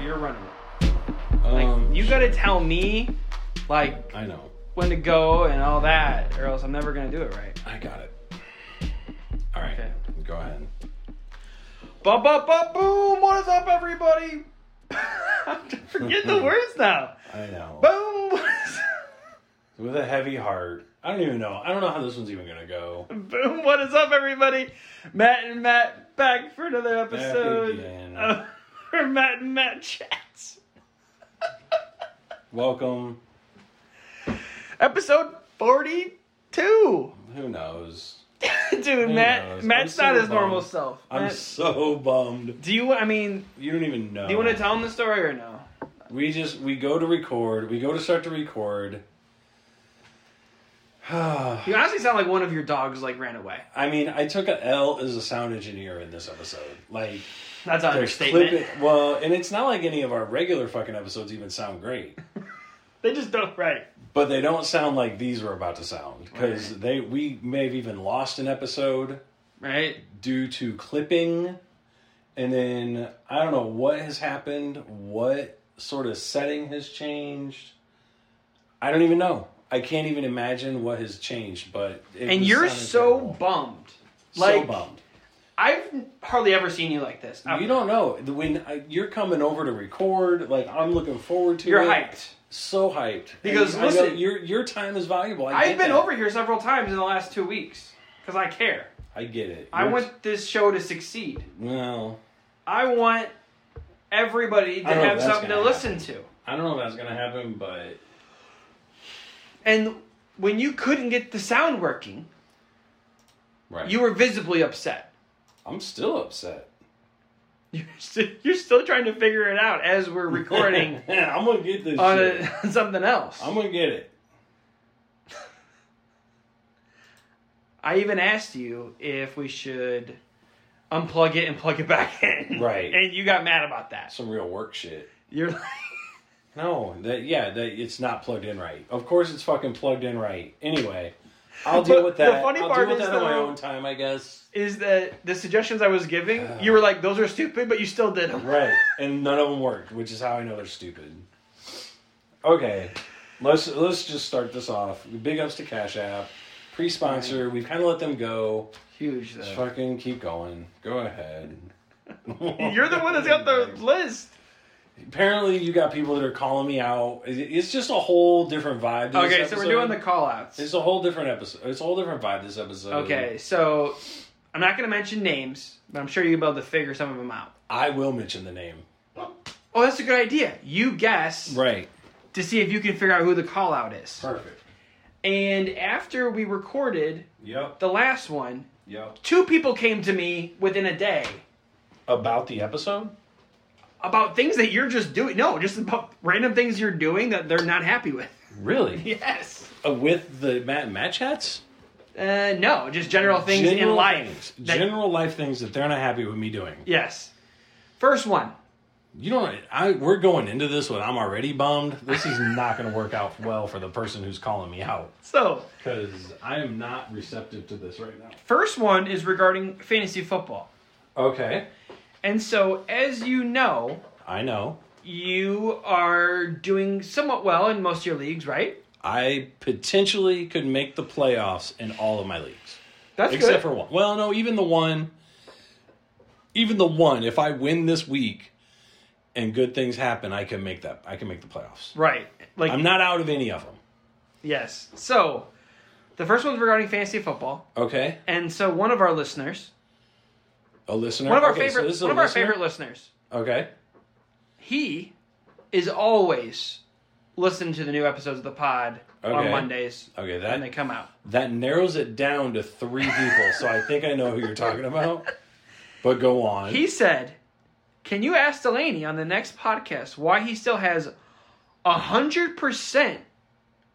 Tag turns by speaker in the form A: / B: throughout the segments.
A: you're running it. Like
B: Um,
A: you gotta tell me, like
B: I know.
A: when to go and all that, or else I'm never gonna do it right.
B: I got it. All right.
A: Okay.
B: Go ahead.
A: Ba ba ba boom! What is up, everybody? I'm forgetting the words now.
B: I know.
A: Boom! what is-
B: With a heavy heart. I don't even know. I don't know how this one's even gonna go.
A: boom! What is up, everybody? Matt and Matt back for another episode
B: again.
A: of for Matt and Matt chats.
B: Welcome.
A: Episode forty-two.
B: Who knows?
A: Dude,
B: knows?
A: Matt,
B: I'm
A: Matt's
B: so
A: not his
B: bummed.
A: normal self.
B: I'm
A: Matt,
B: so bummed.
A: do you? I mean,
B: You don't even know.
A: do you want to tell him the story or no?
B: We just we go to record. We go to start to record. I
A: You honestly sound like one of your dogs like ran away.
B: mean, I took a L as a sound engineer in this episode. Like,
A: That's an
B: there's
A: understatement.
B: clipping- well, and it's not like any of our regular fucking episodes even sound great.
A: They just don't right.
B: But they don't sound like these were about to sound because they we may have even lost an episode
A: Right?
B: due to clipping, and then I don't know what has happened, what sort of setting has changed. I don't even know. I can't even imagine what has changed. But it
A: And
B: was
A: you're
B: sounding
A: so
B: terrible.
A: bummed.
B: so
A: Like, uh,
B: bummed.
A: I've hardly ever seen you like this. Um,
B: You don't know The- when uh, you're coming over to record. Like I'm looking forward to.
A: You're
B: it.
A: hyped.
B: So hyped
A: Because,
B: And I know
A: listen-
B: your your time is valuable. I
A: I've
B: get
A: been
B: that.
A: over here several times in the last two weeks because I care.
B: I get it.
A: I
B: Your-
A: want this show to succeed.
B: Well,
A: I want everybody to
B: I don't know
A: have
B: if that's
A: something to
B: gonna
A: listen to.
B: I don't know if that's gonna happen, but
A: And when you couldn't get the sound working,
B: right.
A: you were visibly upset.
B: I'm still upset.
A: You're still, you're still trying to figure it out as we're recording
B: I'm gonna get this.
A: on
B: shit.
A: a, something else.
B: I'm gonna get it.
A: I even asked you if we should unplug it and plug it back in.
B: Right.
A: And you got mad about that.
B: Some real work shit.
A: You're like,
B: No, that yeah, that it's not plugged in right. Of course, it's fucking plugged in right. Anyway, I'll deal
A: But
B: with
A: the
B: that.
A: funny
B: I'll
A: part
B: deal with
A: is,
B: that on my
A: though-
B: own time, I guess.
A: is that the suggestions I was giving? You were like, those are stupid, but you still did them.
B: Right, and none of them worked, which is how I know they're stupid. Okay, let's let's just start this off. Big ups to Cash App, pre-sponsor. We've kind of let them go.
A: Huge
B: Just
A: though.
B: fucking keep going. Go ahead.
A: You're the one that's got the list.
B: Apparently, you got people that are calling me out. It- It's just a whole different vibe. To
A: Okay,
B: this
A: so we're
B: episode.
A: doing the call outs.
B: It's a whole different episode. It's a whole different vibe this episode.
A: Okay, so I'm not going to mention names, but I'm sure you'll be able to figure some of them out.
B: I will mention the name.
A: Oh, that's a good idea. You guess
B: Right.
A: to see if you can figure out who the call out is.
B: Perfect.
A: And after we recorded
B: Yep.
A: the last one,
B: Yep.
A: two people came to me within a day
B: About the episode.
A: about things that you're just doing. No, just about random things you're doing that they're not happy with.
B: Really?
A: Yes.
B: Uh, with the Matt and Matt chats.
A: Uh, no, just general things in life.
B: things.
A: that-
B: general life things that they're not happy with me doing.
A: yes. First one.
B: You know, I we're going into this when I'm already bummed. This is not going to work out well for the person who's calling me out
A: So,
B: because I am not receptive to this right now.
A: first one is regarding fantasy football.
B: Okay.
A: And so, as you know,
B: I know.
A: you are doing somewhat well in most of your leagues, right?
B: I potentially could make the playoffs in all of my leagues.
A: That's
B: except for one. Well, no, even the one, even the one. If I win this week, and good things happen, I can make that. I can make the playoffs.
A: right. Like
B: I'm not out of any of them.
A: yes. So, the first one's regarding fantasy football.
B: Okay,
A: And so one of our listeners,
B: a listener.
A: one of our
B: okay, so
A: favorite,
B: this is a
A: one of our
B: listener?
A: favorite listeners,
B: Okay,
A: he is always listening to the new episodes of the pod on
B: Okay.
A: Mondays
B: okay.
A: when they
B: That
A: come out.
B: that narrows it down to three people. so I think I know who you're talking about. But go on.
A: He said, "Can you ask Delaney on the next podcast why he still has a hundred percent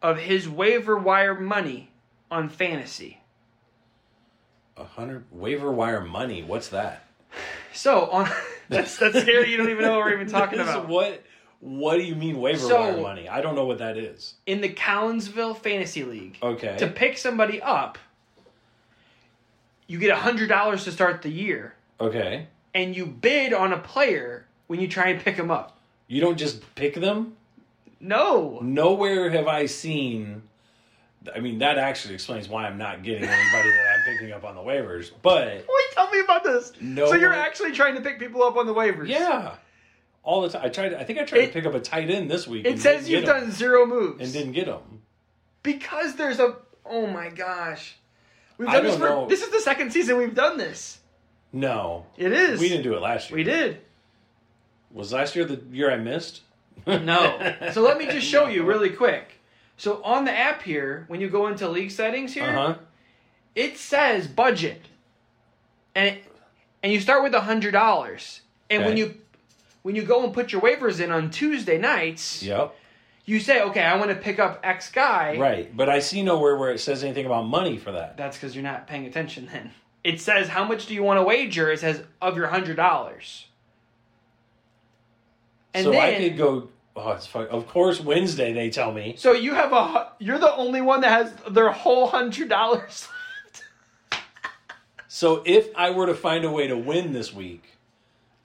A: of his waiver wire money on fantasy?"
B: a hundred waiver wire money. What's that?
A: So on that's that's scary. You don't even know what we're even talking
B: This-
A: about.
B: what? What do you mean waiver
A: So-
B: wire money? I don't know what that is.
A: In the Collinsville Fantasy League,
B: Okay.
A: to pick somebody up, you get hundred dollars to start the year,
B: okay.
A: and you bid on a player when you try and pick him up.
B: You don't just pick them.
A: No.
B: Nowhere have I seen. I mean, that actually explains why I'm not getting anybody that I'm picking up on the waivers. But
A: Wait, tell me about this.
B: No
A: so you're
B: one-
A: actually trying to pick people up on the waivers.
B: yeah, all the time. I tried. I think I tried
A: It-
B: to pick up a tight end this week.
A: It
B: and
A: says
B: didn't
A: you've
B: get 'em,
A: done zero moves.
B: and didn't get them.
A: because there's a oh my gosh. We've
B: I
A: done this
B: don't
A: for
B: know.
A: this is the second season we've done this.
B: No,
A: It is.
B: we didn't do it last year.
A: We did.
B: Was last year the year I missed?
A: No. so let me just show you really quick. So on the app here, when you go into league settings here,
B: Uh huh.
A: it says budget. And it, and you start with a hundred dollars. And when
B: Okay.
A: you when you go and put your waivers in on Tuesday nights,
B: Yep.
A: you say, okay, I want to pick up X guy.
B: Right, but I see nowhere where it says anything about money for that.
A: That's because you're not paying attention then. It says, how much do you want to wager? It says, of your $100. And
B: so
A: then,
B: I could go. Oh, it's fuck. Of course, Wednesday they tell me.
A: so you have a, hu- you're the only one that has their whole $100 left.
B: So if I were to find a way to win this week,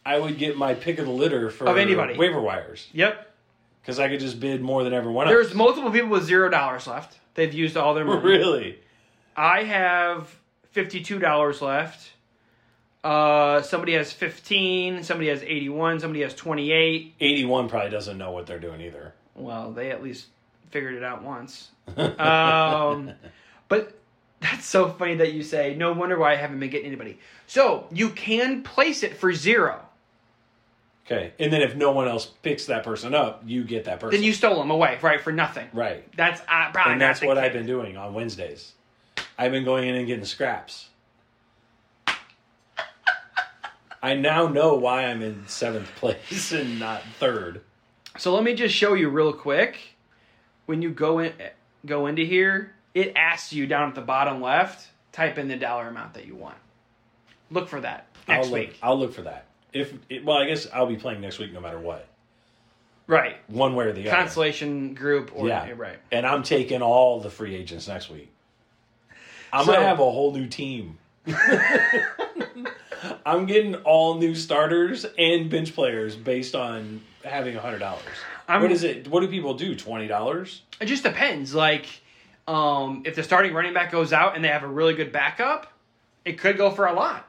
B: I would get my pick of the litter for
A: Of anybody.
B: waiver wires
A: Yep.
B: because I could just bid more than everyone else.
A: There's multiple people with $0 left. They've used all their money.
B: really
A: I have $52 left. Uh, somebody has 15, somebody has 81, somebody has 28.
B: eighty-one probably doesn't know what they're doing either.
A: Well, they at least figured it out once. um, but that's so funny that you say, no wonder why I haven't been getting anybody. So you can place it for zero.
B: Okay, and then if no one else picks that person up, you get that person.
A: Then you stole them away, right, for nothing.
B: right,
A: That's uh, probably
B: and that's
A: not the
B: what
A: case.
B: I've been doing on Wednesdays. I've been going in and getting scraps. I now know why I'm in seventh place and not third.
A: So let me just show you real quick. When you go in, go into here, it asks you down at the bottom left, type in the dollar amount that you want. Look for that next
B: I'll
A: week.
B: Look, I'll look for that. If it, well, I guess I'll be playing next week no matter what,
A: Right.
B: one way or the
A: Constellation group or
B: other. Yeah,
A: right.
B: And I'm taking all the free agents next week. I'm
A: So-
B: gonna have a whole new team. I'm getting all new starters and bench players based on having hundred dollars.
A: I'm-
B: What is it? What do people do? Twenty dollars?
A: It just depends. Like, um, if the starting running back goes out and they have a really good backup, it could go for a lot.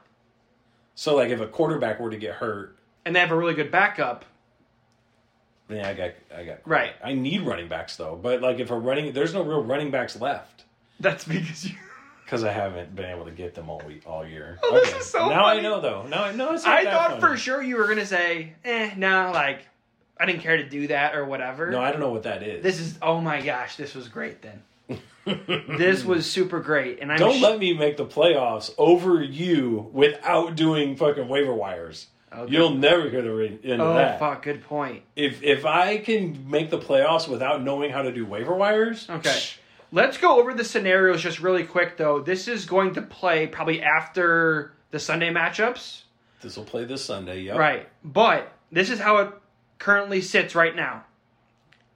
B: So like, if a quarterback were to get hurt,
A: And they have a really good backup.
B: then I got I got
A: Right.
B: I need running backs though. But like, if a running, there's no real running backs left.
A: That's because you.
B: Because I haven't been able to get them all week, all year.
A: Oh, this is so
B: Now
A: funny.
B: I know, though. Now I know it's not
A: I
B: that
A: thought
B: funny.
A: for sure you were gonna say, eh, no, like, I didn't care to do that or whatever.
B: No, I don't know what that is.
A: this is oh my gosh, this was great then. this was super great, and I'm
B: don't
A: sh-
B: let me make the playoffs over you without doing fucking waiver wires.
A: Okay.
B: You'll never hear the re- end
A: oh
B: of that.
A: fuck, good point.
B: If if I can make the playoffs without knowing how to do waiver wires,
A: Okay. Let's go over the scenarios just really quick though. This is going to play probably after the Sunday matchups.
B: this will play this Sunday. Yep.
A: Right. But this is how it currently sits right now.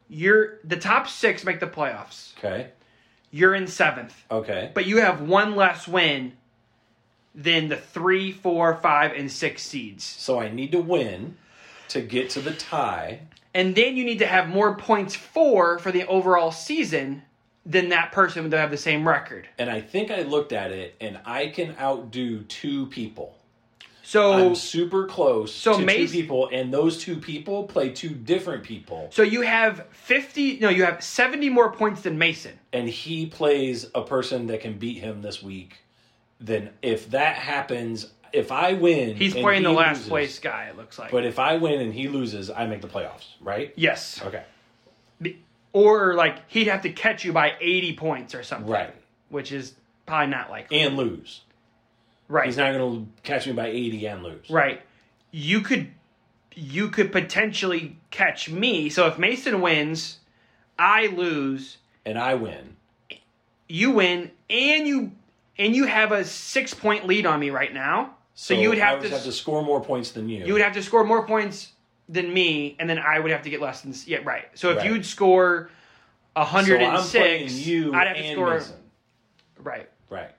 A: You're the top six make the playoffs.
B: Okay.
A: You're in seventh.
B: Okay.
A: But you have one less win than the three, four, five, and six seeds.
B: So I need to win to get to the tie.
A: And then you need to have more points for for the overall season than that person that have the same record.
B: And I think I looked at it, and I can outdo two people.
A: So
B: I'm super close
A: So
B: to
A: Mace-
B: two people, and those two people play two different people,
A: so you have fifty no, you have seventy more points than Mason.
B: and he plays a person that can beat him this week. Then, if that happens, if I win,
A: He's
B: and
A: playing
B: he
A: the last
B: loses-
A: place guy, it looks like.
B: But if I win and he loses, I make the playoffs, right?
A: yes.
B: Okay,
A: or like he'd have to catch you by 80 points or something
B: right,
A: which is probably not likely
B: and lose.
A: right
B: He's not going to catch me by eighty and lose.
A: right you could you could potentially catch me so if mason wins i lose
B: and I win.
A: you win and you and you have a six point lead on me right now so, you would
B: I
A: have
B: always
A: to,
B: have to score more points than you.
A: you would have to score more points than me and then i would have to get less than yeah right so if
B: Right.
A: you'd score
B: so I'm
A: 106
B: playing you
A: i'd have to
B: and
A: score
B: Mason.
A: right
B: Right.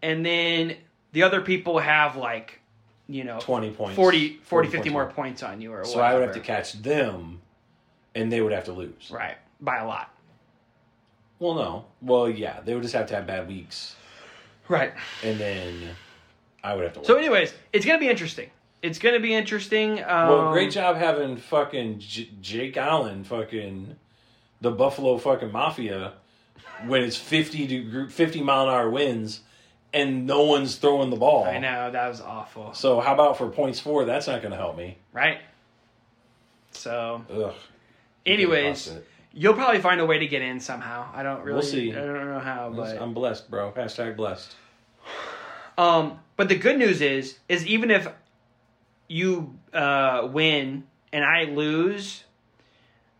A: and then the other people have like you know,
B: 20 points.
A: 40, 40
B: points
A: 50 more points on you or
B: So I would have to
A: whatever.
B: catch them, and they would have to lose.
A: Right. By a lot.
B: Well, no. Well, yeah, they would just have to have bad weeks,
A: Right.
B: and then I would have to. Win.
A: So, anyways, it's going to be interesting. It's going to be interesting. Um,
B: well, great job having fucking J- Jake Allen, fucking the Buffalo fucking Mafia, when it's fifty to group fifty mile an hour winds, and no one's throwing the ball.
A: I know. That was awful.
B: So how about for points four? That's not going to help me.
A: Right. So,
B: Ugh.
A: anyways,
B: Bust it.
A: you'll probably find a way to get in somehow. I don't really.
B: see.
A: I don't know how, but
B: I'm blessed, bro. Hashtag blessed.
A: Um, but the good news is, is even if you uh, win and I lose,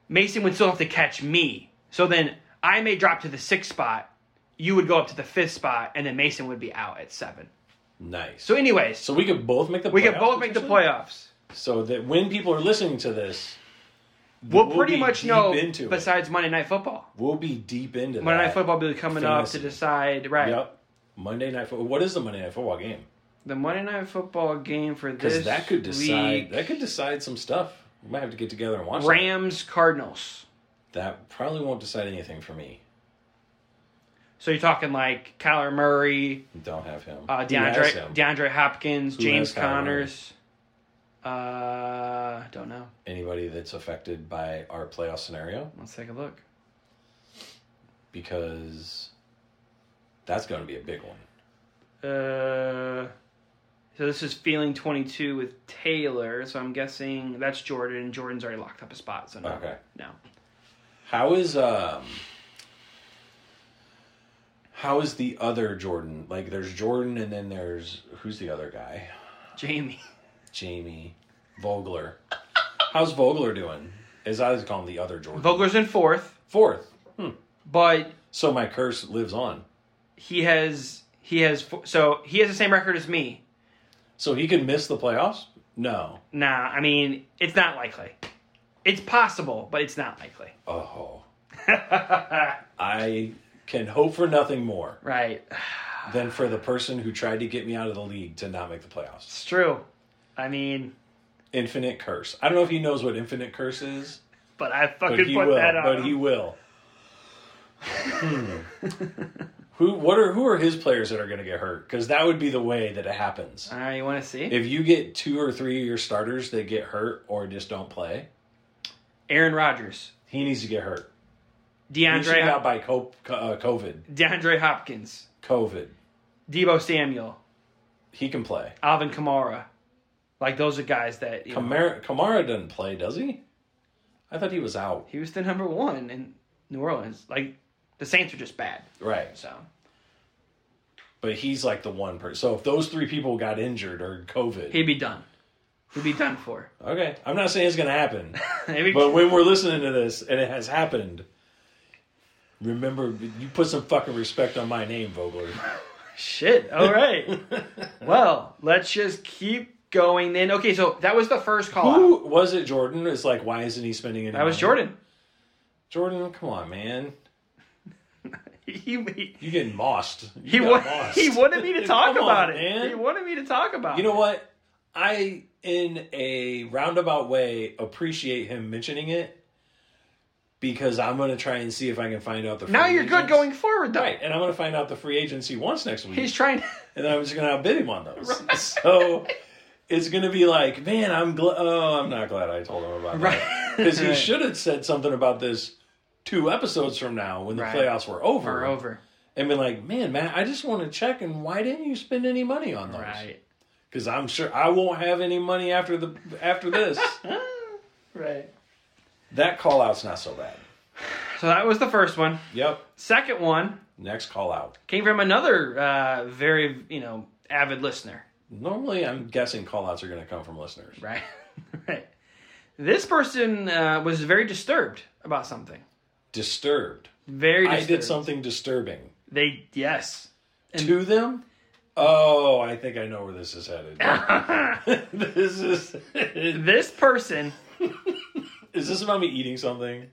A: Mason would still have to catch me. So then I may drop to the sixth spot. You would go up to the fifth spot, and then Mason would be out at seven.
B: Nice.
A: So, anyways,
B: So we could both make the.
A: we could
B: playoffs
A: both make the
B: potentially?
A: playoffs.
B: So that when people are listening to this,
A: We'll,
B: We'll
A: pretty
B: be
A: much
B: deep
A: know.
B: into it.
A: besides Monday Night Football,
B: we'll be deep into
A: Monday
B: that.
A: Night Football will be coming up to
B: Fantasy.
A: decide. Right,
B: Yep. Monday night football. What is the Monday night football game?
A: the Monday Night Football game for
B: Because
A: this
B: that could decide.
A: week,
B: That could decide some stuff. We might have to get together and watch. that.
A: Rams Cardinals.
B: That probably won't decide anything for me.
A: So you're talking like Kyler Murray,
B: Don't have him.
A: uh,
B: Who has
A: DeAndre
B: him?
A: DeAndre Hopkins,
B: Who
A: James
B: has Kyler Murray?
A: Connors. Uh, don't know.
B: Anybody that's affected by our playoff scenario
A: Let's take a look.
B: because that's going to be a big one.
A: Uh, so this is feeling 22 with Taylor. So I'm guessing that's Jordan. Jordan's already locked up a spot. So no,
B: Okay.
A: no.
B: How is um how is the other Jordan? Like there's Jordan and then there's who's the other guy?
A: Jamie.
B: Jamie Vogler. How's Vogler doing? As I was calling the other Jordan.
A: Vogler's in fourth,
B: Fourth.
A: but
B: So my curse lives on.
A: he has he has fo- so he has the same record as me.
B: So he could miss the playoffs? No.
A: Nah, I mean it's not likely. It's possible, but it's not likely.
B: Oh. I can hope for nothing more
A: Right.
B: than for the person who tried to get me out of the league to not make the playoffs.
A: It's true. I mean,
B: Infinite curse. I don't know if he knows what infinite curse is.
A: but I fucking
B: but he
A: put
B: will.
A: that on.
B: But
A: him.
B: he will. Hmm. who? What are who are his players that are going to get hurt? Because that would be the way that it happens.
A: All right, you want to see?
B: If you get two or three of your starters that get hurt or just don't play,
A: Aaron Rodgers,
B: he needs to get hurt. He should
A: DeAndre,
B: get out by co- co- uh, COVID.
A: DeAndre Hopkins,
B: COVID.
A: Debo Samuel,
B: He can play.
A: Alvin Kamara, like those are guys that you know,
B: Kamara, Kamara doesn't play, does he? I thought he was out.
A: he was the number one in New Orleans. Like the Saints are just bad,
B: Right.
A: so
B: But he's like the one person. So if those three people got injured or COVID,
A: he'd be done. He'd be done for.
B: okay. I'm not saying it's going to happen.
A: Maybe-
B: But when we're listening to this and it has happened, remember you put some fucking respect on my name, Vogler.
A: Shit. All right. well, let's just keep going then. Okay, so that was the first call. out.
B: Who was it? Jordan It's like, why isn't he spending any?
A: That was
B: money?
A: Jordan.
B: Jordan, come on, man,
A: He he,
B: you getting mossed. You
A: he,
B: got
A: wa-
B: mossed.
A: he wanted me to talk
B: Come on,
A: about it.
B: man.
A: He wanted me to talk about
B: You
A: it.
B: know what? I, in a roundabout way, appreciate him mentioning it because I'm going to try and see if I can find out the.
A: Now
B: free
A: you're good
B: agents.
A: going forward, though.
B: Right, and I'm going to find out the free agents he wants next week.
A: He's trying.
B: and then I'm just gonna outbid him on those. So it's gonna be like, man, I'm glad. Oh, I'm not glad I told him about
A: Right.
B: that because he
A: Right.
B: should have said something about this two episodes from now when the
A: Right.
B: playoffs were over,
A: We're over.
B: and been like, man, Matt, I just want to check and why didn't you spend any money on those?
A: Right.
B: Because I'm sure I won't have any money after the after this.
A: Right.
B: that call out's not so bad.
A: So that was the first one.
B: Yep.
A: Second one
B: Next call out.
A: came from another uh, very, you know, avid listener.
B: Normally, I'm guessing call outs are going to come from listeners.
A: Right. right. This person uh, was very disturbed about something.
B: Disturbed.
A: Very
B: I
A: disturbed.
B: did something disturbing.
A: They yes.
B: to them? Oh, I think I know where this is headed. this is
A: This person
B: is this about me eating something?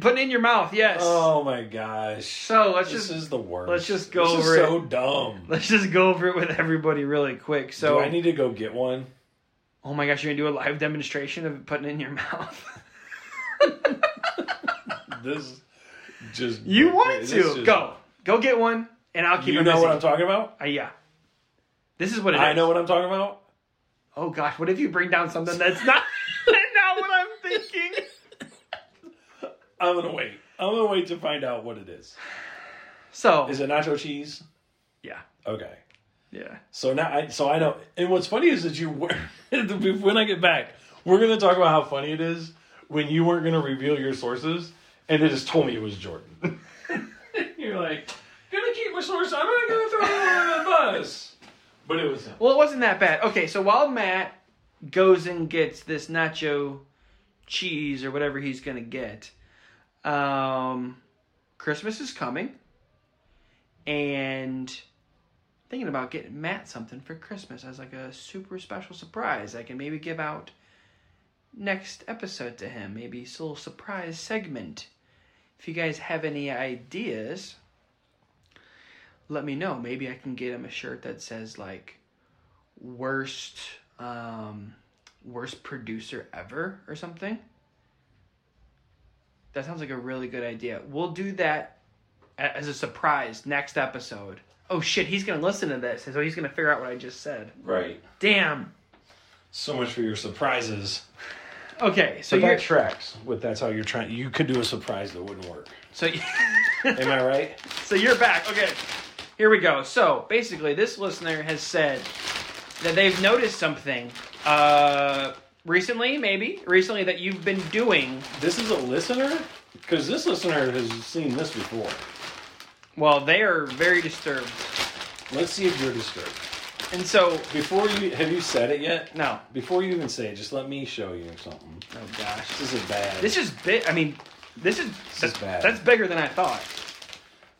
A: Putting it in your mouth, yes.
B: Oh my gosh.
A: so let's
B: This
A: just
B: is the worst.
A: let's just go
B: this
A: over
B: is
A: it.
B: so dumb.
A: let's just go over it with everybody really quick. So
B: Do I need to go get one?
A: Oh my gosh, you're gonna do a live demonstration of putting it in your mouth.
B: This just
A: you want
B: this
A: to
B: just-
A: go, go get one, and I'll keep
B: You
A: it
B: know
A: busy.
B: what I'm talking about?
A: Uh, yeah, this is what it is.
B: I know what I'm talking about.
A: Oh gosh, what if you bring down something that's not not what I'm thinking?
B: I'm gonna
A: Mm-hmm.
B: wait. I'm gonna wait to find out what it is.
A: So
B: Is it nacho cheese?
A: yeah,
B: Okay.
A: yeah.
B: So now I so I know. And what's funny is that you were when I get back, we're gonna talk about how funny it is when you weren't gonna reveal your sources and they just told me it was Jordan. You're like, gonna keep my source. I'm not gonna throw him under the bus. But it was him.
A: Well, it wasn't that bad. Okay, so while Matt goes and gets this nacho cheese or whatever he's gonna get, um, Christmas is coming, and thinking about getting Matt something for Christmas as like a super special surprise I can maybe give out next episode to him. Maybe it's a little surprise segment. If you guys have any ideas, let me know. Maybe I can get him a shirt that says like worst um worst producer ever or something. That sounds like a really good idea. We'll do that a- as a surprise next episode. Oh shit, he's going to listen to this. So he's going to figure out what I just said.
B: Right.
A: Damn.
B: So much for your surprises.
A: Okay, so
B: So
A: you're
B: that tracks with that's how you're trying. You could do a surprise that wouldn't work.
A: so you-
B: Am I right?
A: so you're back. Okay. Here we go. So basically, this listener has said that they've noticed something uh, recently, maybe recently that you've been doing.
B: This is a listener because this listener has seen this before.
A: Well, they are very disturbed,
B: Let's see if you're disturbed.
A: and so
B: Before you have you said it yet?
A: no,
B: Before you even say it, just let me show you something.
A: oh gosh,
B: This is bad.
A: this is big. I mean, this is
B: This is
A: that's,
B: bad.
A: that's bigger than I thought.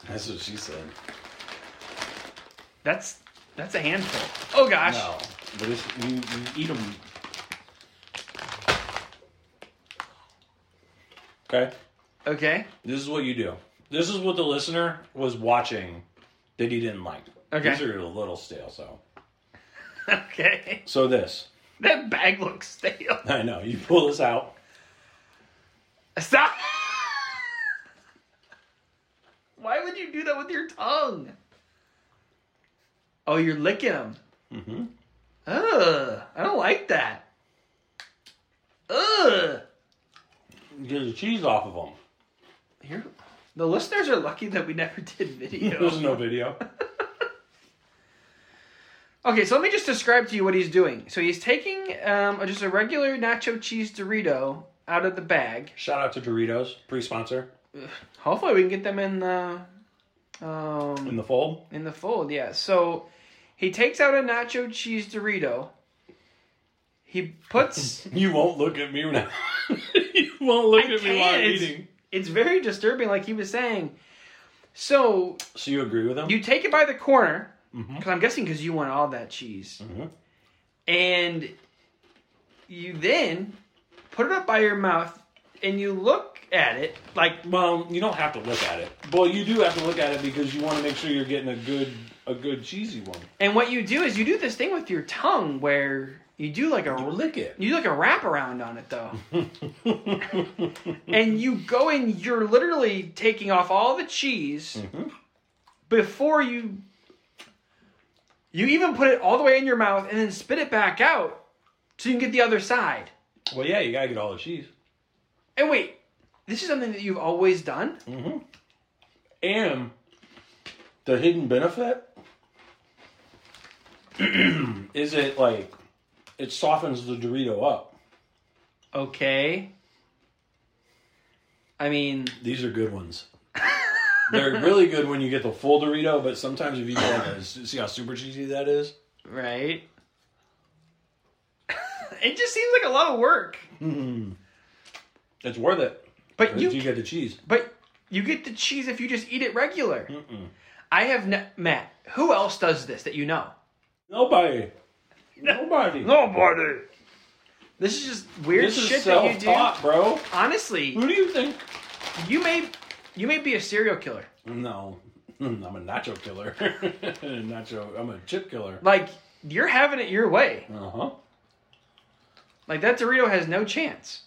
B: That's what she said.
A: That's that's a handful. Oh gosh,
B: No, but it's, you, you eat them. Okay.
A: okay,
B: This is what you do. This is what the listener was watching that he didn't like.
A: Okay.
B: These are a little stale, so.
A: okay.
B: So this.
A: That bag looks stale.
B: I know. You pull this out.
A: Stop. Why would you do that with your tongue? Oh, you're licking them.
B: Mm-hmm.
A: Ugh, I don't like that. Ugh.
B: Get the cheese off of them.
A: You're, the listeners are lucky that we never did
B: There's
A: video.
B: no video.
A: okay, so let me just describe to you what he's doing. So he's taking um, just a regular nacho cheese Dorito out of the bag.
B: Shout out to Doritos, pre-sponsor.
A: Hopefully, we can get them in the um,
B: In the fold.
A: In the fold, yeah. So he takes out a nacho cheese Dorito. He puts.
B: You won't look at me now. you won't look
A: I
B: at me while I'm
A: can't.
B: eating.
A: it's very disturbing, like he was saying. So
B: So you agree with him?
A: you take it by the corner,
B: Mhm.
A: because I'm guessing because you want all that cheese,
B: Mhm.
A: and you then put it up by your mouth and you look at it like
B: Well, you don't have to look at it. Well, you do have to look at it because you want to make sure you're getting a good a good cheesy one.
A: and what you do is you do this thing with your tongue where you do like a
B: Or lick it.
A: You do like a wraparound on it though.
B: Mm-hmm.
A: and you go in, you're literally taking off all the cheese
B: Mm.
A: before you. You even put it all the way in your mouth and then spit it back out so you can get the other side.
B: Well, yeah, you gotta get all the cheese.
A: And wait, this is something that you've always done?
B: Mm-hmm. And the hidden benefit is it like it softens the Dorito up.
A: Okay. I mean,
B: These are good ones. They're really good when you get the full Dorito, but sometimes if you get like a, see how super cheesy that is.
A: right? it just seems like a lot of work.
B: Mm-hmm. It's worth it.
A: But
B: You,
A: you
B: you get the cheese.
A: But you get the cheese if you just eat it regular. I have ne- Matt. Who else does this that you know?
B: Nobody. Nobody.
A: Nobody. This is just weird
B: This is
A: shit that you do.
B: self-taught, bro.
A: Honestly,
B: Who do you think
A: You may you may be a serial killer.
B: No, I'm a nacho killer. nacho. I'm a chip killer.
A: Like you're having it your way.
B: Uh huh.
A: Like that Dorito has no chance.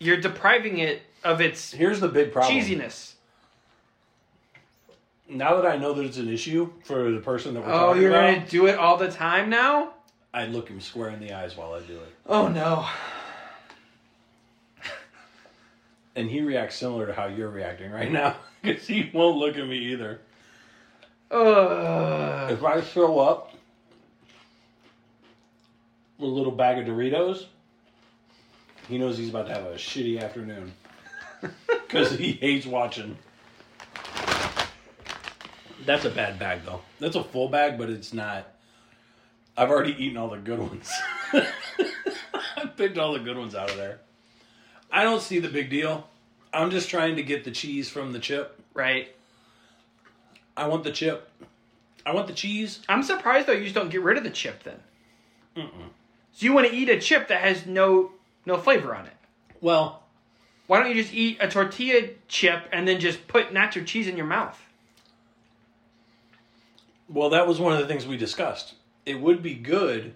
A: You're depriving it of its
B: Here's the big problem.
A: cheesiness.
B: Now that I know that it's an issue for the person that we're
A: Oh,
B: talking
A: you're
B: about,
A: gonna do it all the time now?
B: I look him square in the eyes while I do it,
A: Oh no.
B: and he reacts similar to how you're reacting right now because he won't look at me either.
A: Ugh.
B: If I show up with a little bag of Doritos, he knows he's about to have a shitty afternoon because he hates watching. That's a bad bag, though. That's a full bag, but it's not. I've already eaten all the good ones. I picked all the good ones out of there. I don't see the big deal. I'm just trying to get the cheese from the chip.
A: Right.
B: I want the chip. I want the cheese.
A: I'm surprised though you just don't get rid of the chip then. So you want to eat a chip that has no no flavor on it.
B: Well,
A: Why don't you just eat a tortilla chip and then just put nacho cheese in your mouth?
B: Well, that was one of the things we discussed. It would be good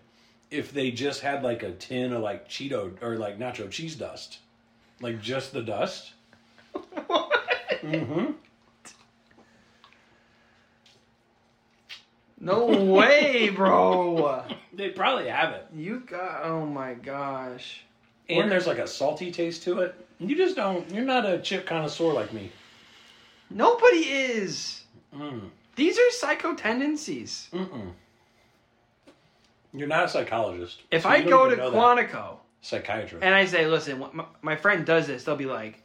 B: if they just had like a tin of like Cheeto or like nacho cheese dust, like just the dust. Mm-hmm.
A: No way, bro.
B: They probably have it,
A: You got oh my gosh.
B: and there's like a salty taste to it. You just don't. You're not a chip connoisseur like me.
A: Nobody is.
B: Mm.
A: These are psycho tendencies.
B: Mm-mm. You're not a psychologist.
A: If
B: so
A: I
B: you don't
A: go to
B: even know that.
A: Quantico
B: psychiatrist,
A: and I say, listen, wh- my, my friend does this, they'll be like,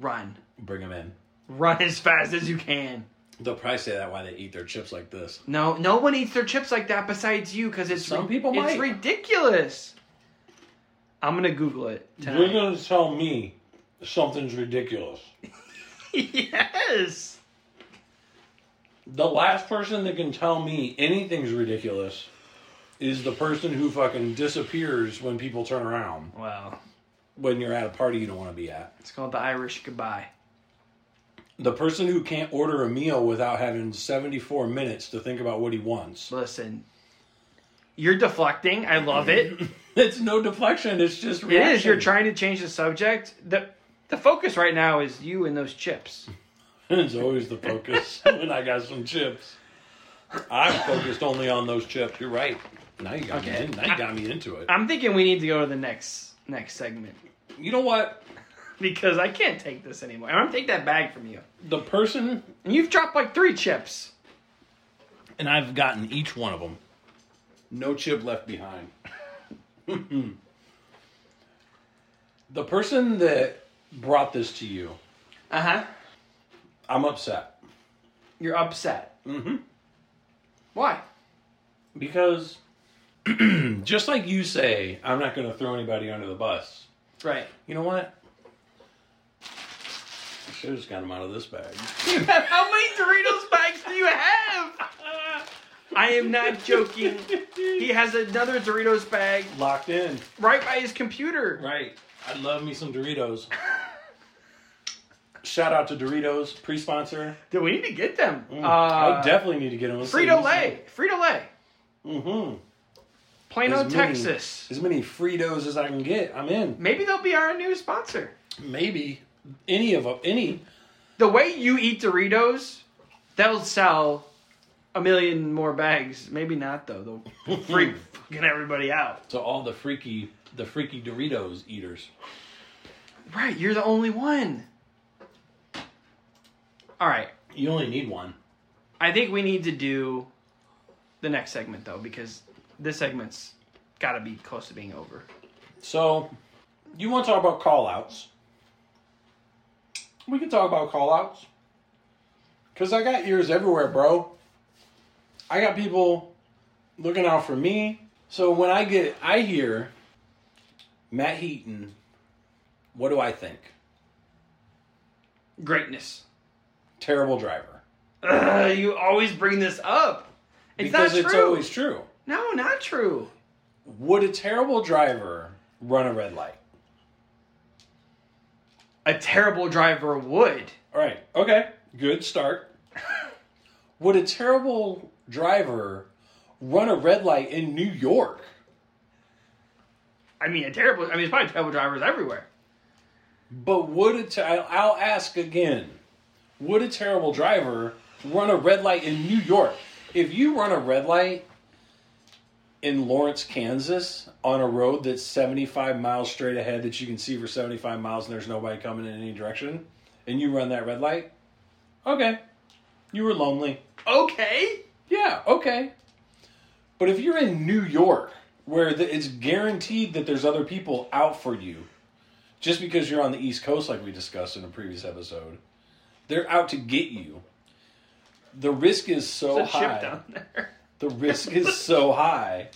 A: run.
B: bring them in.
A: Run as fast as you can.
B: They'll probably say that why they eat their chips like this.
A: No, no one eats their chips like that besides you because it's
B: Some people
A: it's
B: might.
A: ridiculous. I'm gonna Google it
B: You're
A: tonight.
B: gonna tell me something's ridiculous.
A: yes.
B: The last person that can tell me anything's ridiculous is the person who fucking disappears when people turn around
A: Wow,
B: when you're at a party you don't want to be at.
A: it's called the Irish goodbye.
B: The person who can't order a meal without having 74 minutes to think about what he wants.
A: Listen, you're deflecting. I love it.
B: It's no deflection, it's just
A: it
B: reaction.
A: is. You're trying to change the subject. the The focus right now is you and those chips.
B: It's always the focus when I got some chips. I'm focused only on those chips. You're right. Now you got me in. Now you got me into it.
A: I'm thinking we need to go to the next next segment
B: You know what?
A: because I can't take this anymore. I'm gonna take that bag from you.
B: The person
A: And you've dropped like three chips.
B: and I've gotten each one of them. No chip left behind. the person that brought this to you,
A: Uh
B: Uh-huh.
A: huh.
B: I'm upset
A: You're upset. Mm-hmm. Why?
B: because just like you say, I'm not going to throw anybody under the bus.
A: Right.
B: You know what? I should have just got him out of this bag.
A: How many Doritos bags do you have? I am not joking. He has another Doritos bag
B: Locked in.
A: right by his computer.
B: Right. I love me some Doritos. Shout out to Doritos, pre sponsor.
A: Dude, we need to get them.
B: I
A: Uh,
B: Mm. Oh, definitely need to get them.
A: Frito Lay. Frito Lay.
B: Mm-hmm.
A: Plano,
B: As many-
A: Texas.
B: As many Fritos as I can get, I'm in.
A: Maybe they'll be our new sponsor.
B: Maybe any of them, any.
A: The way you eat Doritos, they'll sell a million more bags. Maybe not though. They'll freak fucking everybody out.
B: So all the freaky, the freaky Doritos eaters.
A: Right, you're the only one. All right,
B: You only need one.
A: I think we need to do the next segment though because this segment's got to be close to being over.
B: So, you want to talk about call outs? We can talk about call outs. Cause I got ears everywhere, bro. I got people looking out for me. So when I get, I hear Matt Heaton. What do I think?
A: Greatness.
B: Terrible driver.
A: Ugh, you always bring this up. It's
B: because
A: not
B: it's
A: true.
B: always true.
A: no, not true.
B: Would a terrible driver run a red light?
A: a terrible driver would.
B: All right. Okay. Good start. Would a terrible driver run a red light in New York?
A: I mean, a terrible. I mean, it's probably terrible drivers everywhere.
B: But would a ter- I'll I'll ask again. Would a terrible driver run a red light in New York? If you run a red light in Lawrence, Kansas, on a road that's 75 miles straight ahead that you can see for 75 miles and there's nobody coming in any direction, and you run that red light, okay. You were lonely.
A: Okay.
B: Yeah, okay. But if you're in New York, where the, it's guaranteed that there's other people out for you, just because you're on the East Coast, like we discussed in a previous episode, they're out to get you. The risk is so
A: There's a
B: high.
A: chip down there.
B: The risk is so high.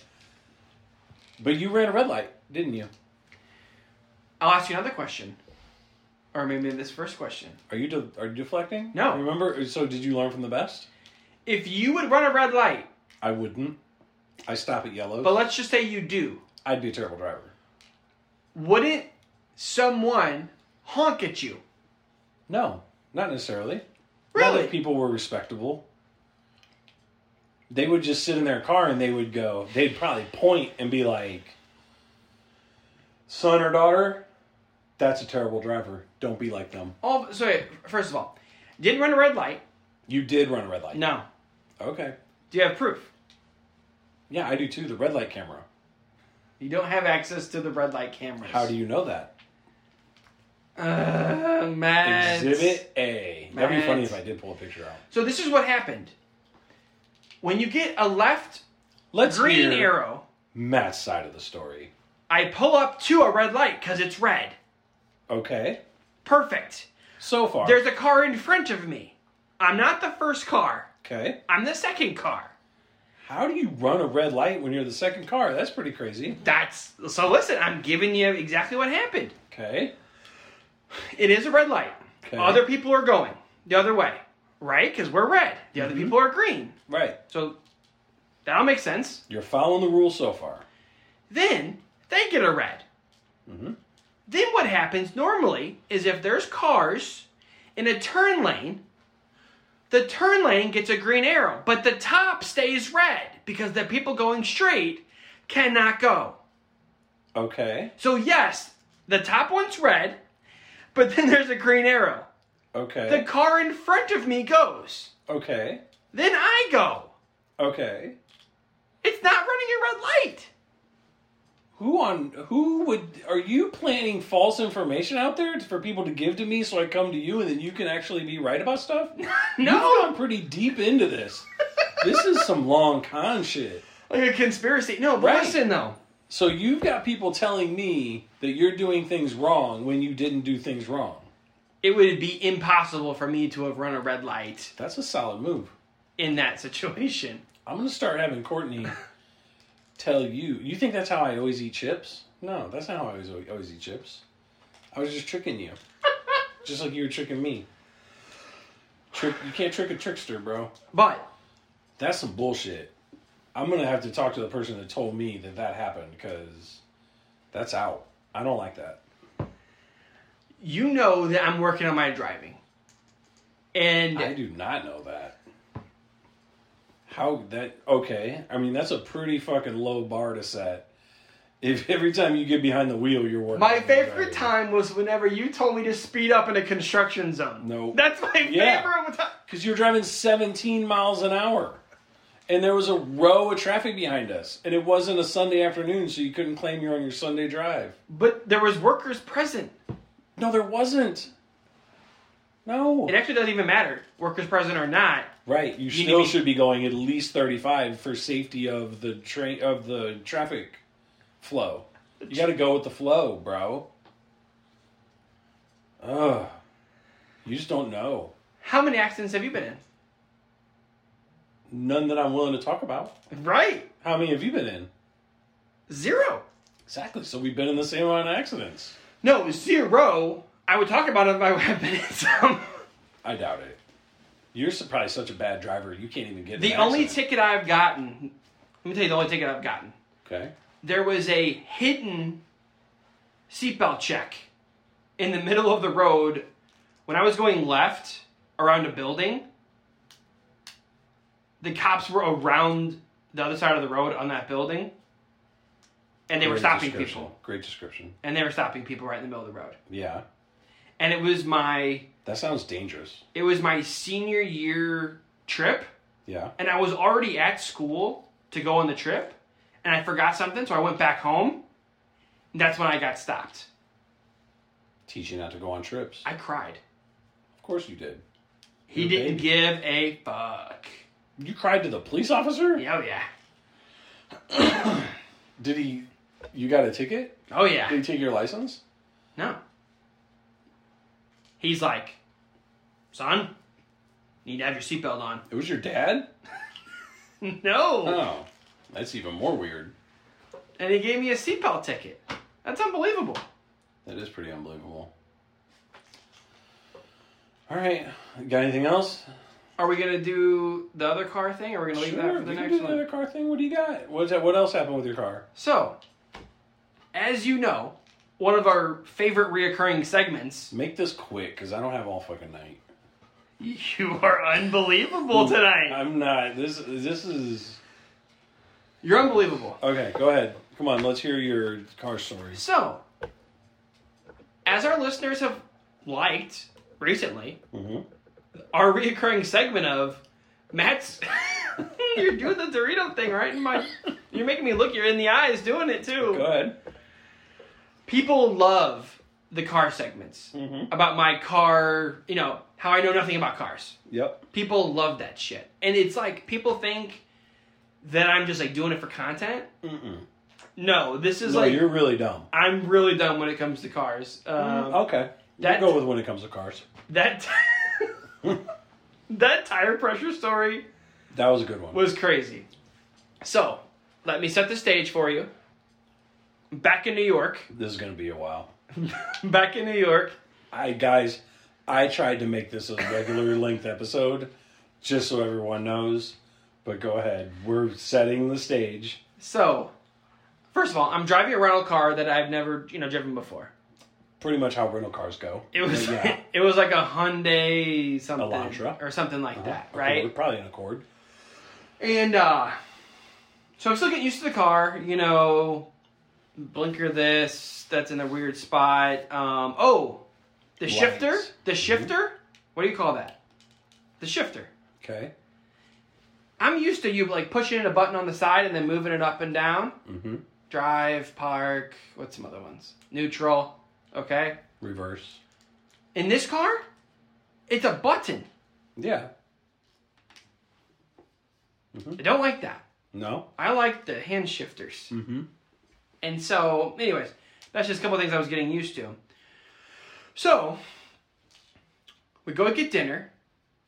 B: But you ran a red light, didn't you?
A: I'll ask you another question, or maybe this first question.
B: Are you de- are you deflecting?
A: No.
B: Remember? So did you learn from the best?
A: If you would run a red light,
B: I wouldn't. I stop at yellows.
A: but let's just say you do,
B: I'd be a terrible driver.
A: wouldn't someone honk at you?
B: No, not necessarily. Not
A: Really?
B: if people were respectable. They would just sit in their car and they would go, they'd probably point and be like, son or daughter, that's a terrible driver. Don't be like them.
A: All so wait, oh, first of all, didn't run a red light.
B: You did run a red light.
A: No.
B: Okay.
A: Do you have proof?
B: Yeah, I do too. The red light camera.
A: You don't have access to the red light cameras.
B: How do you know that?
A: you? Uh, Matt.
B: Exhibit A. That'd be
A: Matt.
B: funny if I did pull a picture out.
A: So this is what happened. When you get a left
B: Let's
A: green
B: hear
A: arrow,
B: Matt's side of the story.
A: I pull up to a red light because it's red.
B: Okay.
A: Perfect.
B: So far.
A: There's a car in front of me. I'm not the first car.
B: okay.
A: I'm the second car.
B: How do you run a red light when you're the second car? That's pretty crazy.
A: That's so. Listen, I'm giving you exactly what happened.
B: Okay.
A: It is a red light.
B: Okay.
A: Other people are going the other way, right? Because we're red. The other people are green.
B: Right.
A: So that'll make sense.
B: You're following the rules so far.
A: Then they get a red. Mm-hmm. Then what happens normally is if there's cars in a turn lane, the turn lane gets a green arrow, but the top stays red because the people going straight cannot go.
B: Okay.
A: So yes, the top one's red, but then there's a green arrow. The
B: Okay.
A: car in front of me goes.
B: Okay.
A: Then I go.
B: Okay.
A: It's not running a red light.
B: Who on who would are you planning false information out there for people to give to me so I come to you and then you can actually be right about stuff? You've
A: No,
B: gone pretty deep into this. this is some long con shit.
A: like a conspiracy. No, but
B: Right.
A: listen though.
B: So you've got people telling me that you're doing things wrong when you didn't do things wrong.
A: it would be impossible for me to have run a red light
B: That's a solid move.
A: in that situation.
B: I'm gonna start having Courtney tell you. You think that's how I always eat chips? No, that's not how I always always eat chips. I was just tricking you, just like you were tricking me. Trick, you can't trick a trickster, bro.
A: But
B: That's some bullshit. I'm gonna have to talk to the person that told me that that happened because that's out. I don't like that.
A: you know that I'm working on my driving. And
B: I do not know that. How that okay? I mean, that's a pretty fucking low bar to set. If every time you get behind the wheel, you're working.
A: my
B: on the
A: favorite
B: driving.
A: time was whenever you told me to speed up in a construction zone.
B: No.
A: That's my
B: Yeah.
A: favorite time.
B: because you're driving 17 miles an hour, and there was a row of traffic behind us, and it wasn't a Sunday afternoon, so you couldn't claim you're on your Sunday drive.
A: But there was workers present.
B: No, there wasn't. No.
A: It actually doesn't even matter, workers present or not.
B: Right, you,
A: need
B: still
A: to be-
B: should be going at least 35 for safety of the train of the traffic flow. You got to go with the flow, bro. Ugh. You just don't know.
A: How many accidents have you been
B: None that I'm willing to talk about.
A: in? Right.
B: How many have you been in?
A: Zero.
B: Exactly. So we've been in the same amount of accidents.
A: No, zero. I would talk about it if I had been in some.
B: I doubt it. You're su- probably such a bad driver. You can't even get in
A: The
B: an
A: only
B: accident.
A: ticket I've gotten, let me tell you the only ticket I've gotten.
B: okay.
A: There was a hidden seatbelt check in the middle of the road when I was going left around a building. The cops were around the other side of the road on that building, and they were
B: Great
A: stopping
B: description.
A: people.
B: Great description.
A: And they were stopping people right in the middle of the road.
B: Yeah,
A: And it was my
B: that sounds dangerous.
A: it was my senior year trip,
B: Yeah,
A: and I was already at school to go on the trip, and I forgot something, so I went back home. And that's when I got stopped.
B: teach you not to go on trips.
A: I cried.
B: Of course you did.
A: He
B: Your
A: didn't
B: baby.
A: give a fuck.
B: You cried to the police officer.
A: Oh yeah.
B: Did he? You got a ticket?
A: Oh
B: Did
A: yeah.
B: he take your license?
A: No. He's like, son, you need to have your seatbelt on.
B: It was your dad.
A: No.
B: Oh, that's even more weird.
A: And he gave me a seatbelt ticket. That's unbelievable.
B: That is pretty unbelievable. All right, got anything else?
A: Are we gonna do the other car thing, or are we gonna leave that for the
B: we can
A: next
B: do
A: one?
B: another car thing. What do you got? What's that? What else happened with your car?
A: So, as you know, one of our favorite reoccurring segments.
B: Make this quick, cause I don't have all fucking night.
A: You are unbelievable tonight.
B: I'm not. This this is
A: You're unbelievable.
B: okay. Go ahead. Come on. Let's hear your car stories.
A: So, as our listeners have liked recently,
B: Mm-hmm.
A: our reoccurring segment of Matt's. you're doing the Dorito thing right in my. You're making me look. You're in the eyes doing it too.
B: Go ahead.
A: People love the car segments
B: Mm-hmm.
A: about my car. You know how I know nothing about cars.
B: Yep.
A: People love that shit, and it's like people think that I'm just like doing it for content.
B: Mm-mm.
A: No, this is
B: No,
A: like
B: you're really dumb.
A: I'm really dumb when it comes to cars. Um,
B: okay.
A: that-
B: That go with when it comes to cars.
A: That that tire pressure story
B: That was a good one.
A: was crazy. So, let me set the stage for you. Back in New York,
B: This is gonna be a while.
A: back in New York,
B: I guys, I tried to make this a regular length episode, just so everyone knows. But go ahead. We're setting the stage.
A: so first of all, I'm driving a rental car that I've never, you know, driven before.
B: Pretty much how rental cars go.
A: It was
B: Uh, yeah.
A: it was like a Hyundai something
B: Elantra. Uh-huh.
A: or something like that,
B: Accord-
A: right?
B: Probably an Accord.
A: And uh so I'm still getting used to the car, you know, blinker this, that's in a weird spot. Um oh, the
B: Lights. Mm-hmm.
A: shifter, the shifter? What do you call that? The shifter.
B: Okay.
A: I'm used to you like pushing a button on the side and then moving it up and down.
B: Mm-hmm.
A: Drive, park, what's some other ones? Neutral, okay?
B: Reverse.
A: In this car, it's a button.
B: Yeah. Hmm.
A: I don't like that.
B: No.
A: I like the hand shifters.
B: Mm-hmm.
A: And so, anyways, that's just a couple things I was getting used to. So, we go get dinner,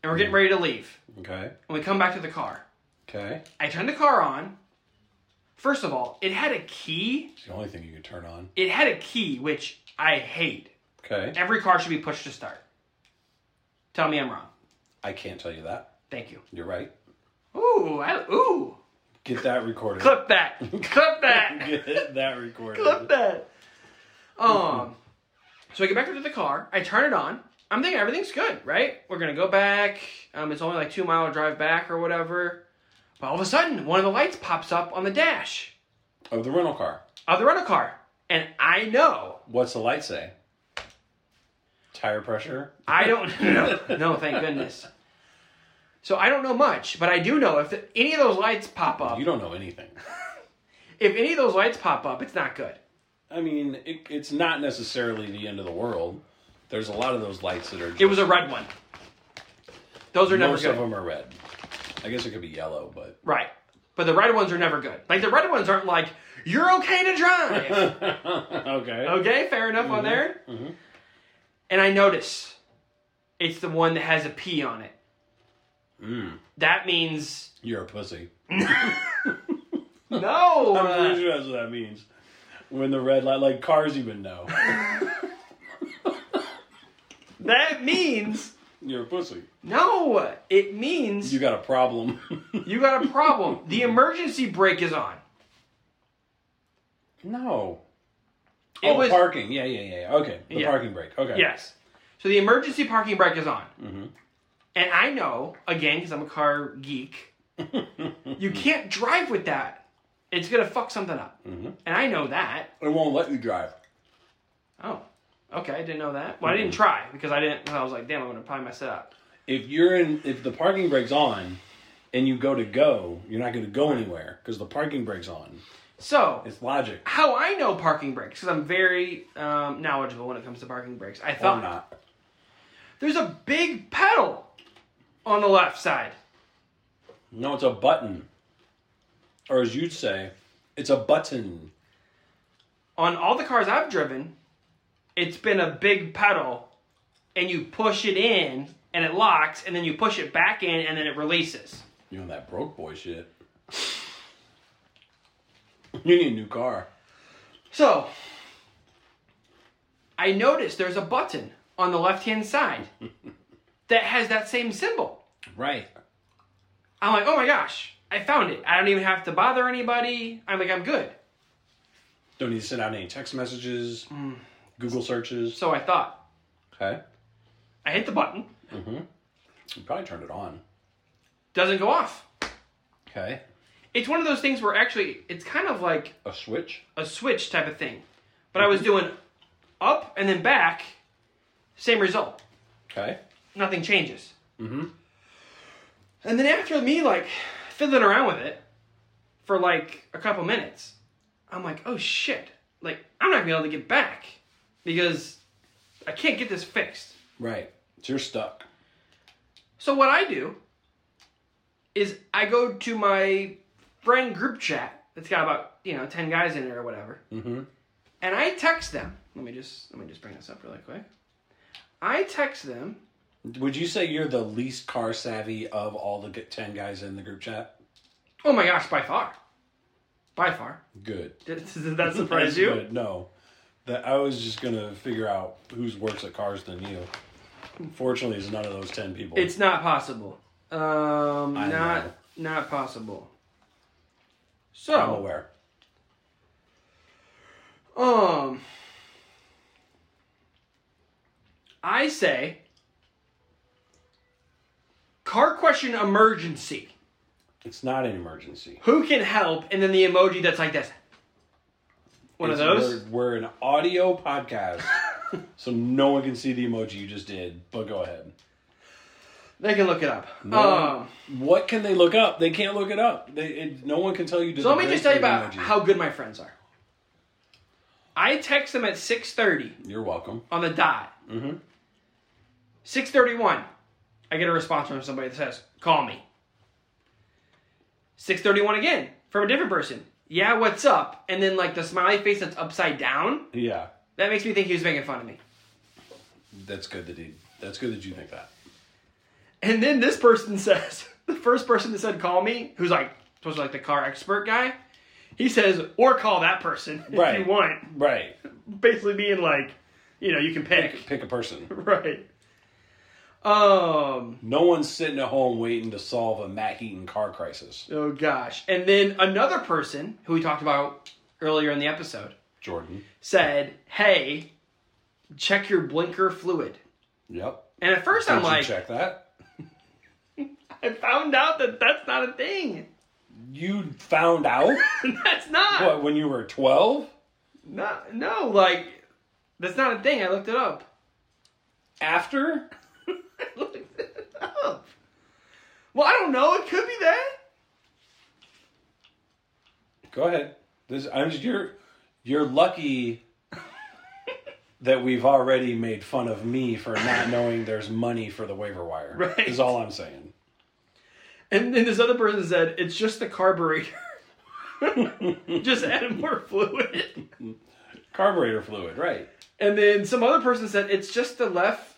A: and we're getting ready to leave.
B: Okay.
A: And we come back to the car.
B: Okay.
A: I turn the car on. First of all, it had a key.
B: It's the only thing you could turn on.
A: It had a key, which I hate.
B: Okay.
A: Every car should be pushed to start. Tell me I'm wrong.
B: I can't tell you that.
A: Thank you.
B: You're right.
A: Ooh, I, ooh.
B: Get that recorded.
A: Clip that. Clip that.
B: Get that recorded.
A: Clip that. Um, so I get back into the car. I turn it on. I'm thinking everything's good, right? We're gonna go back. Um, it's only like two mile drive back or whatever. But all of a sudden, one of the lights pops up on the dash
B: Of the rental car.
A: of the rental car, and I know
B: What's the light say? Tire pressure.
A: I don't know. No, thank goodness. So I don't know much, but I do know if the, any of those lights pop up,
B: You don't know anything.
A: if any of those lights pop up, it's not good.
B: I mean, it, it's not necessarily the end of the world. There's a lot of those lights that are. Just,
A: It was a red one. Those are never
B: most
A: good.
B: of them are red. I guess it could be yellow, but
A: Right. But the red ones are never good. Like the red ones aren't like you're okay to drive.
B: okay.
A: okay, fair enough on there.
B: mhm.
A: And I notice it's the one that has a P on it.
B: Mm,
A: That means
B: you're a pussy.
A: no.
B: I'm pretty
A: uh,
B: sure that's what that means. When the red light, like cars, even know
A: that means
B: you're a pussy.
A: no. It means
B: You got a problem.
A: you got a problem. the emergency brake is on.
B: no,
A: It
B: oh,
A: was
B: parking. Yeah, yeah, yeah. yeah. Okay, the
A: Yeah.
B: parking brake. Okay.
A: yes. So the emergency parking brake is on,
B: hmm
A: and I know again because I'm a car geek. you can't drive with that. It's gonna fuck something up,
B: Mhm.
A: and I know that.
B: It won't let you drive.
A: Oh, okay. I didn't know that. Well, I
B: Mm-hmm.
A: didn't try because I didn't. I was like, damn, I'm gonna probably mess it up.
B: If you're in, if the parking brake's on, and you go to go, you're not going to go anywhere because the parking brake's on.
A: So
B: It's logic.
A: how I know parking brakes because I'm very um, knowledgeable when it comes to parking brakes. I
B: Or
A: thought
B: not.
A: there's a big pedal on the left side.
B: No, it's a button. Or as you'd say, it's a button.
A: On all the cars I've driven, it's been a big pedal, and you push it in and it locks, and then you push it back in and then it releases.
B: You know that broke boy shit. you need a new car.
A: So I noticed there's a button on the left hand side that has that same symbol.
B: Right.
A: I'm like, oh my gosh, I found it. I don't even have to bother anybody. I'm like, I'm good.
B: Don't need to send out any text messages, Google searches.
A: So I thought.
B: Mm. Okay.
A: I hit the button,
B: You probably turned it on.
A: doesn't go off.
B: Okay.
A: It's one of those things where actually it's kind of like
B: A switch.
A: a switch type of thing. But I was doing up and then back, same result.
B: Okay.
A: nothing changes. Mm-hmm. And then after me like fiddling around with it for like a couple minutes, I'm like, oh shit! Like I'm not gonna be able to get back because I can't get this fixed.
B: Right. So you're stuck.
A: So what I do is I go to my friend group chat that's got about you know ten guys in it or whatever,
B: Mm-hmm.
A: and I text them. Let me just let me just bring this up really quick. I text them.
B: Would you say you're the least car savvy of all the g- ten guys in the group chat?
A: Oh my gosh, by far, by far.
B: Good.
A: Did, did that surprise you?
B: But no, that I was just gonna figure out who's worse at cars than you. Fortunately, it's none of those ten people.
A: It's not possible. Um,
B: I
A: not
B: know.
A: not possible.
B: I'm
A: So,
B: aware.
A: um, I say, car question emergency.
B: It's not an emergency.
A: Who can help? And then the emoji that's like this. One of
B: It's-
A: those.
B: We're, we're an audio podcast, so no one can see the emoji you just did. But go ahead.
A: They can look it up. Um,
B: What can they look up? They can't look it up. They, it, no one can tell you.
A: So let me just tell you about how good my friends are. I text them at six thirty.
B: You're welcome.
A: on the dot.
B: Mhm.
A: Six thirty-one. I get a response from somebody that says, "Call me." Six thirty-one again from a different person. Yeah, what's up? And then like the smiley face that's upside down.
B: Yeah,
A: That makes me think he was making fun of me.
B: that's good that he. That's good that you think that.
A: And then this person says, the first person that said, "Call me," who's like supposed to be like the car expert guy. He says, "Or call that person if
B: Right.
A: you want."
B: Right.
A: Basically, being like, you know, you can pick.
B: Pick a person.
A: right. Um.
B: No one's sitting at home waiting to solve a Matt Heaton car crisis.
A: Oh gosh. And then another person who we talked about earlier in the episode
B: Jordan.
A: said, "Hey, check your blinker fluid."
B: Yep.
A: And at first
B: Did
A: I'm
B: you
A: like,
B: check that?
A: I found out that that's not a thing.
B: You found out
A: that's not.
B: what when you were twelve?
A: Not no, like that's not a thing. I looked it up.
B: After?
A: I looked it up. Oh. Well, I don't know. It could be that.
B: Go ahead. This I'm just, you're you're lucky that we've already made fun of me for not knowing there's money for the waiver wire.
A: Right.
B: Is all I'm saying.
A: And then this other person said, "It's just the carburetor. just add more fluid."
B: Carburetor fluid, right.
A: And then some other person said it's just the left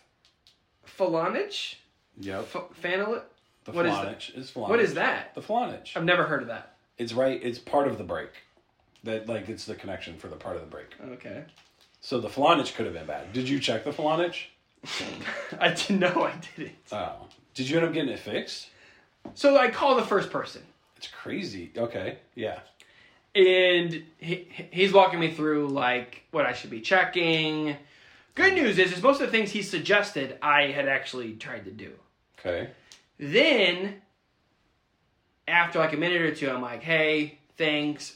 A: phalange.
B: Yep.
A: F- fanal-
B: The
A: what is
B: flanage. It's flanage.
A: What is that?
B: The flanage.
A: I've never heard of that.
B: It's right it's part of the break. That like it's the connection for the part of the break.
A: Okay.
B: So the flanage could have been bad. Did you check the flanage?
A: I didn't know I did it.
B: Oh. Did you end up getting it fixed?
A: So I call the first person,
B: It's crazy. Okay. Yeah.
A: and he, he's walking me through like what I should be checking. Good news is, is most of the things he suggested I had actually tried to do.
B: Okay.
A: Then, after like a minute or two, I'm like, "Hey, thanks.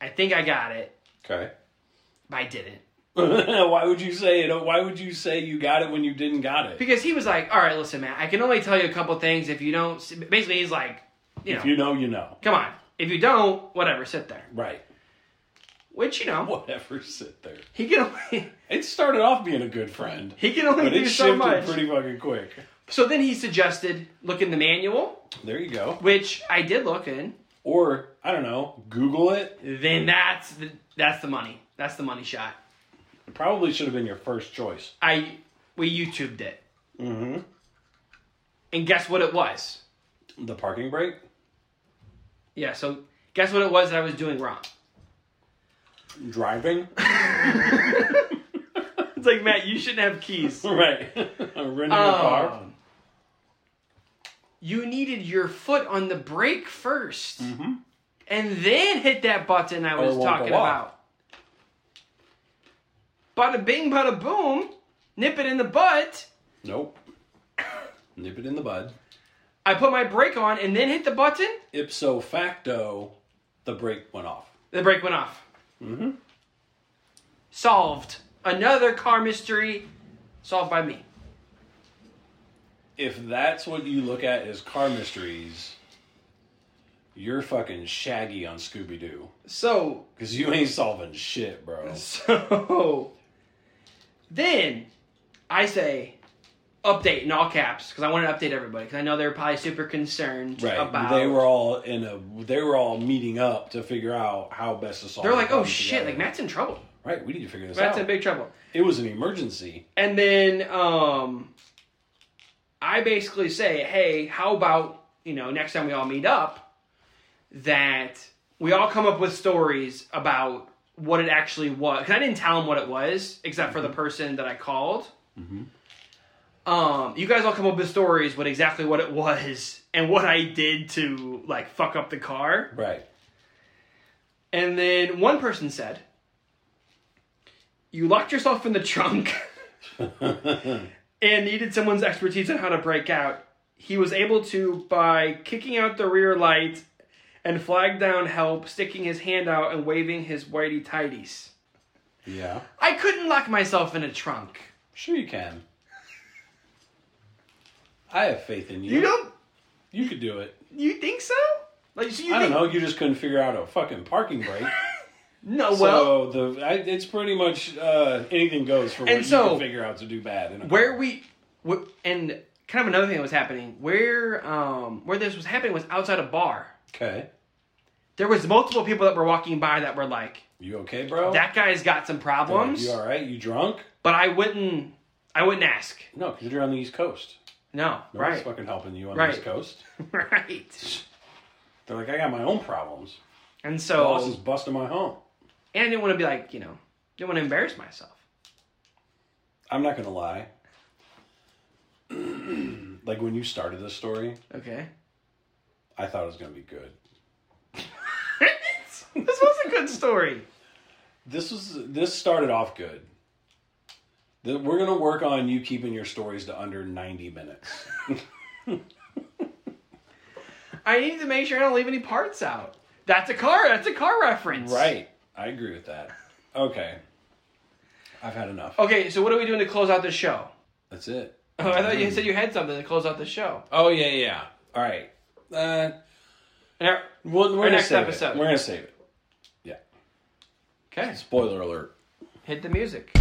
A: I think I got it,
B: Okay.
A: but I didn't."
B: why would you say it? Why would you say you got it when you didn't got it?
A: Because he was like, "All right, listen, man. I can only tell you a couple things. If you don't, s-" basically, he's like, you know,
B: If you know, you know.
A: come on. If you don't, whatever, sit there."
B: Right.
A: Which you know,
B: Whatever. Sit there.
A: he can only
B: It started off being a good friend,
A: he can only
B: but
A: do
B: it
A: so
B: shifted
A: much.
B: pretty fucking quick.
A: So then he suggested look in the manual,
B: There you go.
A: which I did look in.
B: Or I don't know. Google it.
A: Then that's the, that's the money. That's the money shot.
B: It probably should have been your first choice.
A: I we YouTubed it,
B: Mm-hmm.
A: and guess what it was?
B: The parking brake.
A: Yeah. So guess what it was that I was doing wrong.
B: Driving.
A: It's like Matt, you shouldn't have keys.
B: right. Renting a car.
A: Um, you needed your foot on the brake 1st
B: Mhm.
A: and then hit that button I
B: it
A: was
B: won't go
A: talking about.
B: off.
A: Bada bing, bada boom, nip it in the butt.
B: Nope. Nip it in the bud.
A: I put my brake on and then hit the button.
B: Ipso facto, the brake went off.
A: The brake went off.
B: Mm-hmm.
A: Solved. Another car mystery solved by me.
B: If that's what you look at as car mysteries, you're fucking shaggy on Scooby Doo.
A: So,
B: Because you ain't solving shit, bro.
A: so then I say update in all caps because I want to update everybody because I know they're probably super concerned
B: Right.
A: about.
B: They were all in a. They were all meeting up to figure out how best to solve.
A: they're
B: the
A: like, oh
B: problem
A: shit,
B: together."
A: like Matt's in trouble.
B: Right. We need to figure this
A: Matt's
B: out.
A: in big trouble.
B: it was an emergency.
A: And then um, I basically say, hey, how about, you know, next time we all meet up, that we all come up with stories about what it actually was. Because I didn't tell them what it was, except for the person that I called. Um, you guys all come up with stories with exactly what it was and what I did to, like, fuck up the car.
B: Right.
A: And then one person said, You locked yourself in the trunk and needed someone's expertise on how to break out. He was able to by kicking out the rear light and flag down help, sticking his hand out and waving his whitey tidies.
B: yeah.
A: I couldn't lock myself in a trunk.
B: Sure, you can. I have faith in you.
A: You don't
B: You could do it.
A: you think so? Like so you
B: I don't
A: think
B: know. You just couldn't figure out a fucking parking brake.
A: No well
B: so the I, it's pretty much uh, anything goes for what
A: And
B: you
A: so-
B: can figure out to do bad. in a
A: where
B: car.
A: we wh- and kind of another thing that was happening, where um where this was happening was outside a bar.
B: okay,
A: there was multiple people that were walking by that were like,
B: you okay, bro?
A: "That guy's got some
B: Like,
A: problems,"
B: you all right? You drunk?
A: but I wouldn't, I wouldn't ask.
B: No, because you're on the East Coast.
A: No,
B: Nobody's
A: right,
B: fucking helping you on
A: Right.
B: the East Coast.
A: right.
B: They're like, I got my own problems.
A: And
B: Boss
A: so,
B: is busting my home.
A: and I didn't want to be like, you know, didn't want to embarrass myself.
B: I'm not gonna lie. like when you started this story,
A: Okay,
B: I thought it was gonna be good.
A: this was a good story.
B: This was this started off good. The- We're gonna work on you keeping your stories to under 90 minutes.
A: I need to make sure I don't leave any parts out. That's a car. That's a car reference.
B: right. I agree with that. Okay. I've had enough.
A: Okay, so what are we doing to close out the show?
B: That's it.
A: Oh, I thought you said you had something to close out the show.
B: Oh yeah, yeah. All right. Uh,
A: And I-
B: we're, we're
A: Our
B: gonna
A: next
B: save
A: episode.
B: It. We're gonna save it. Yeah.
A: Okay,
B: Spoiler alert.
A: hit the music.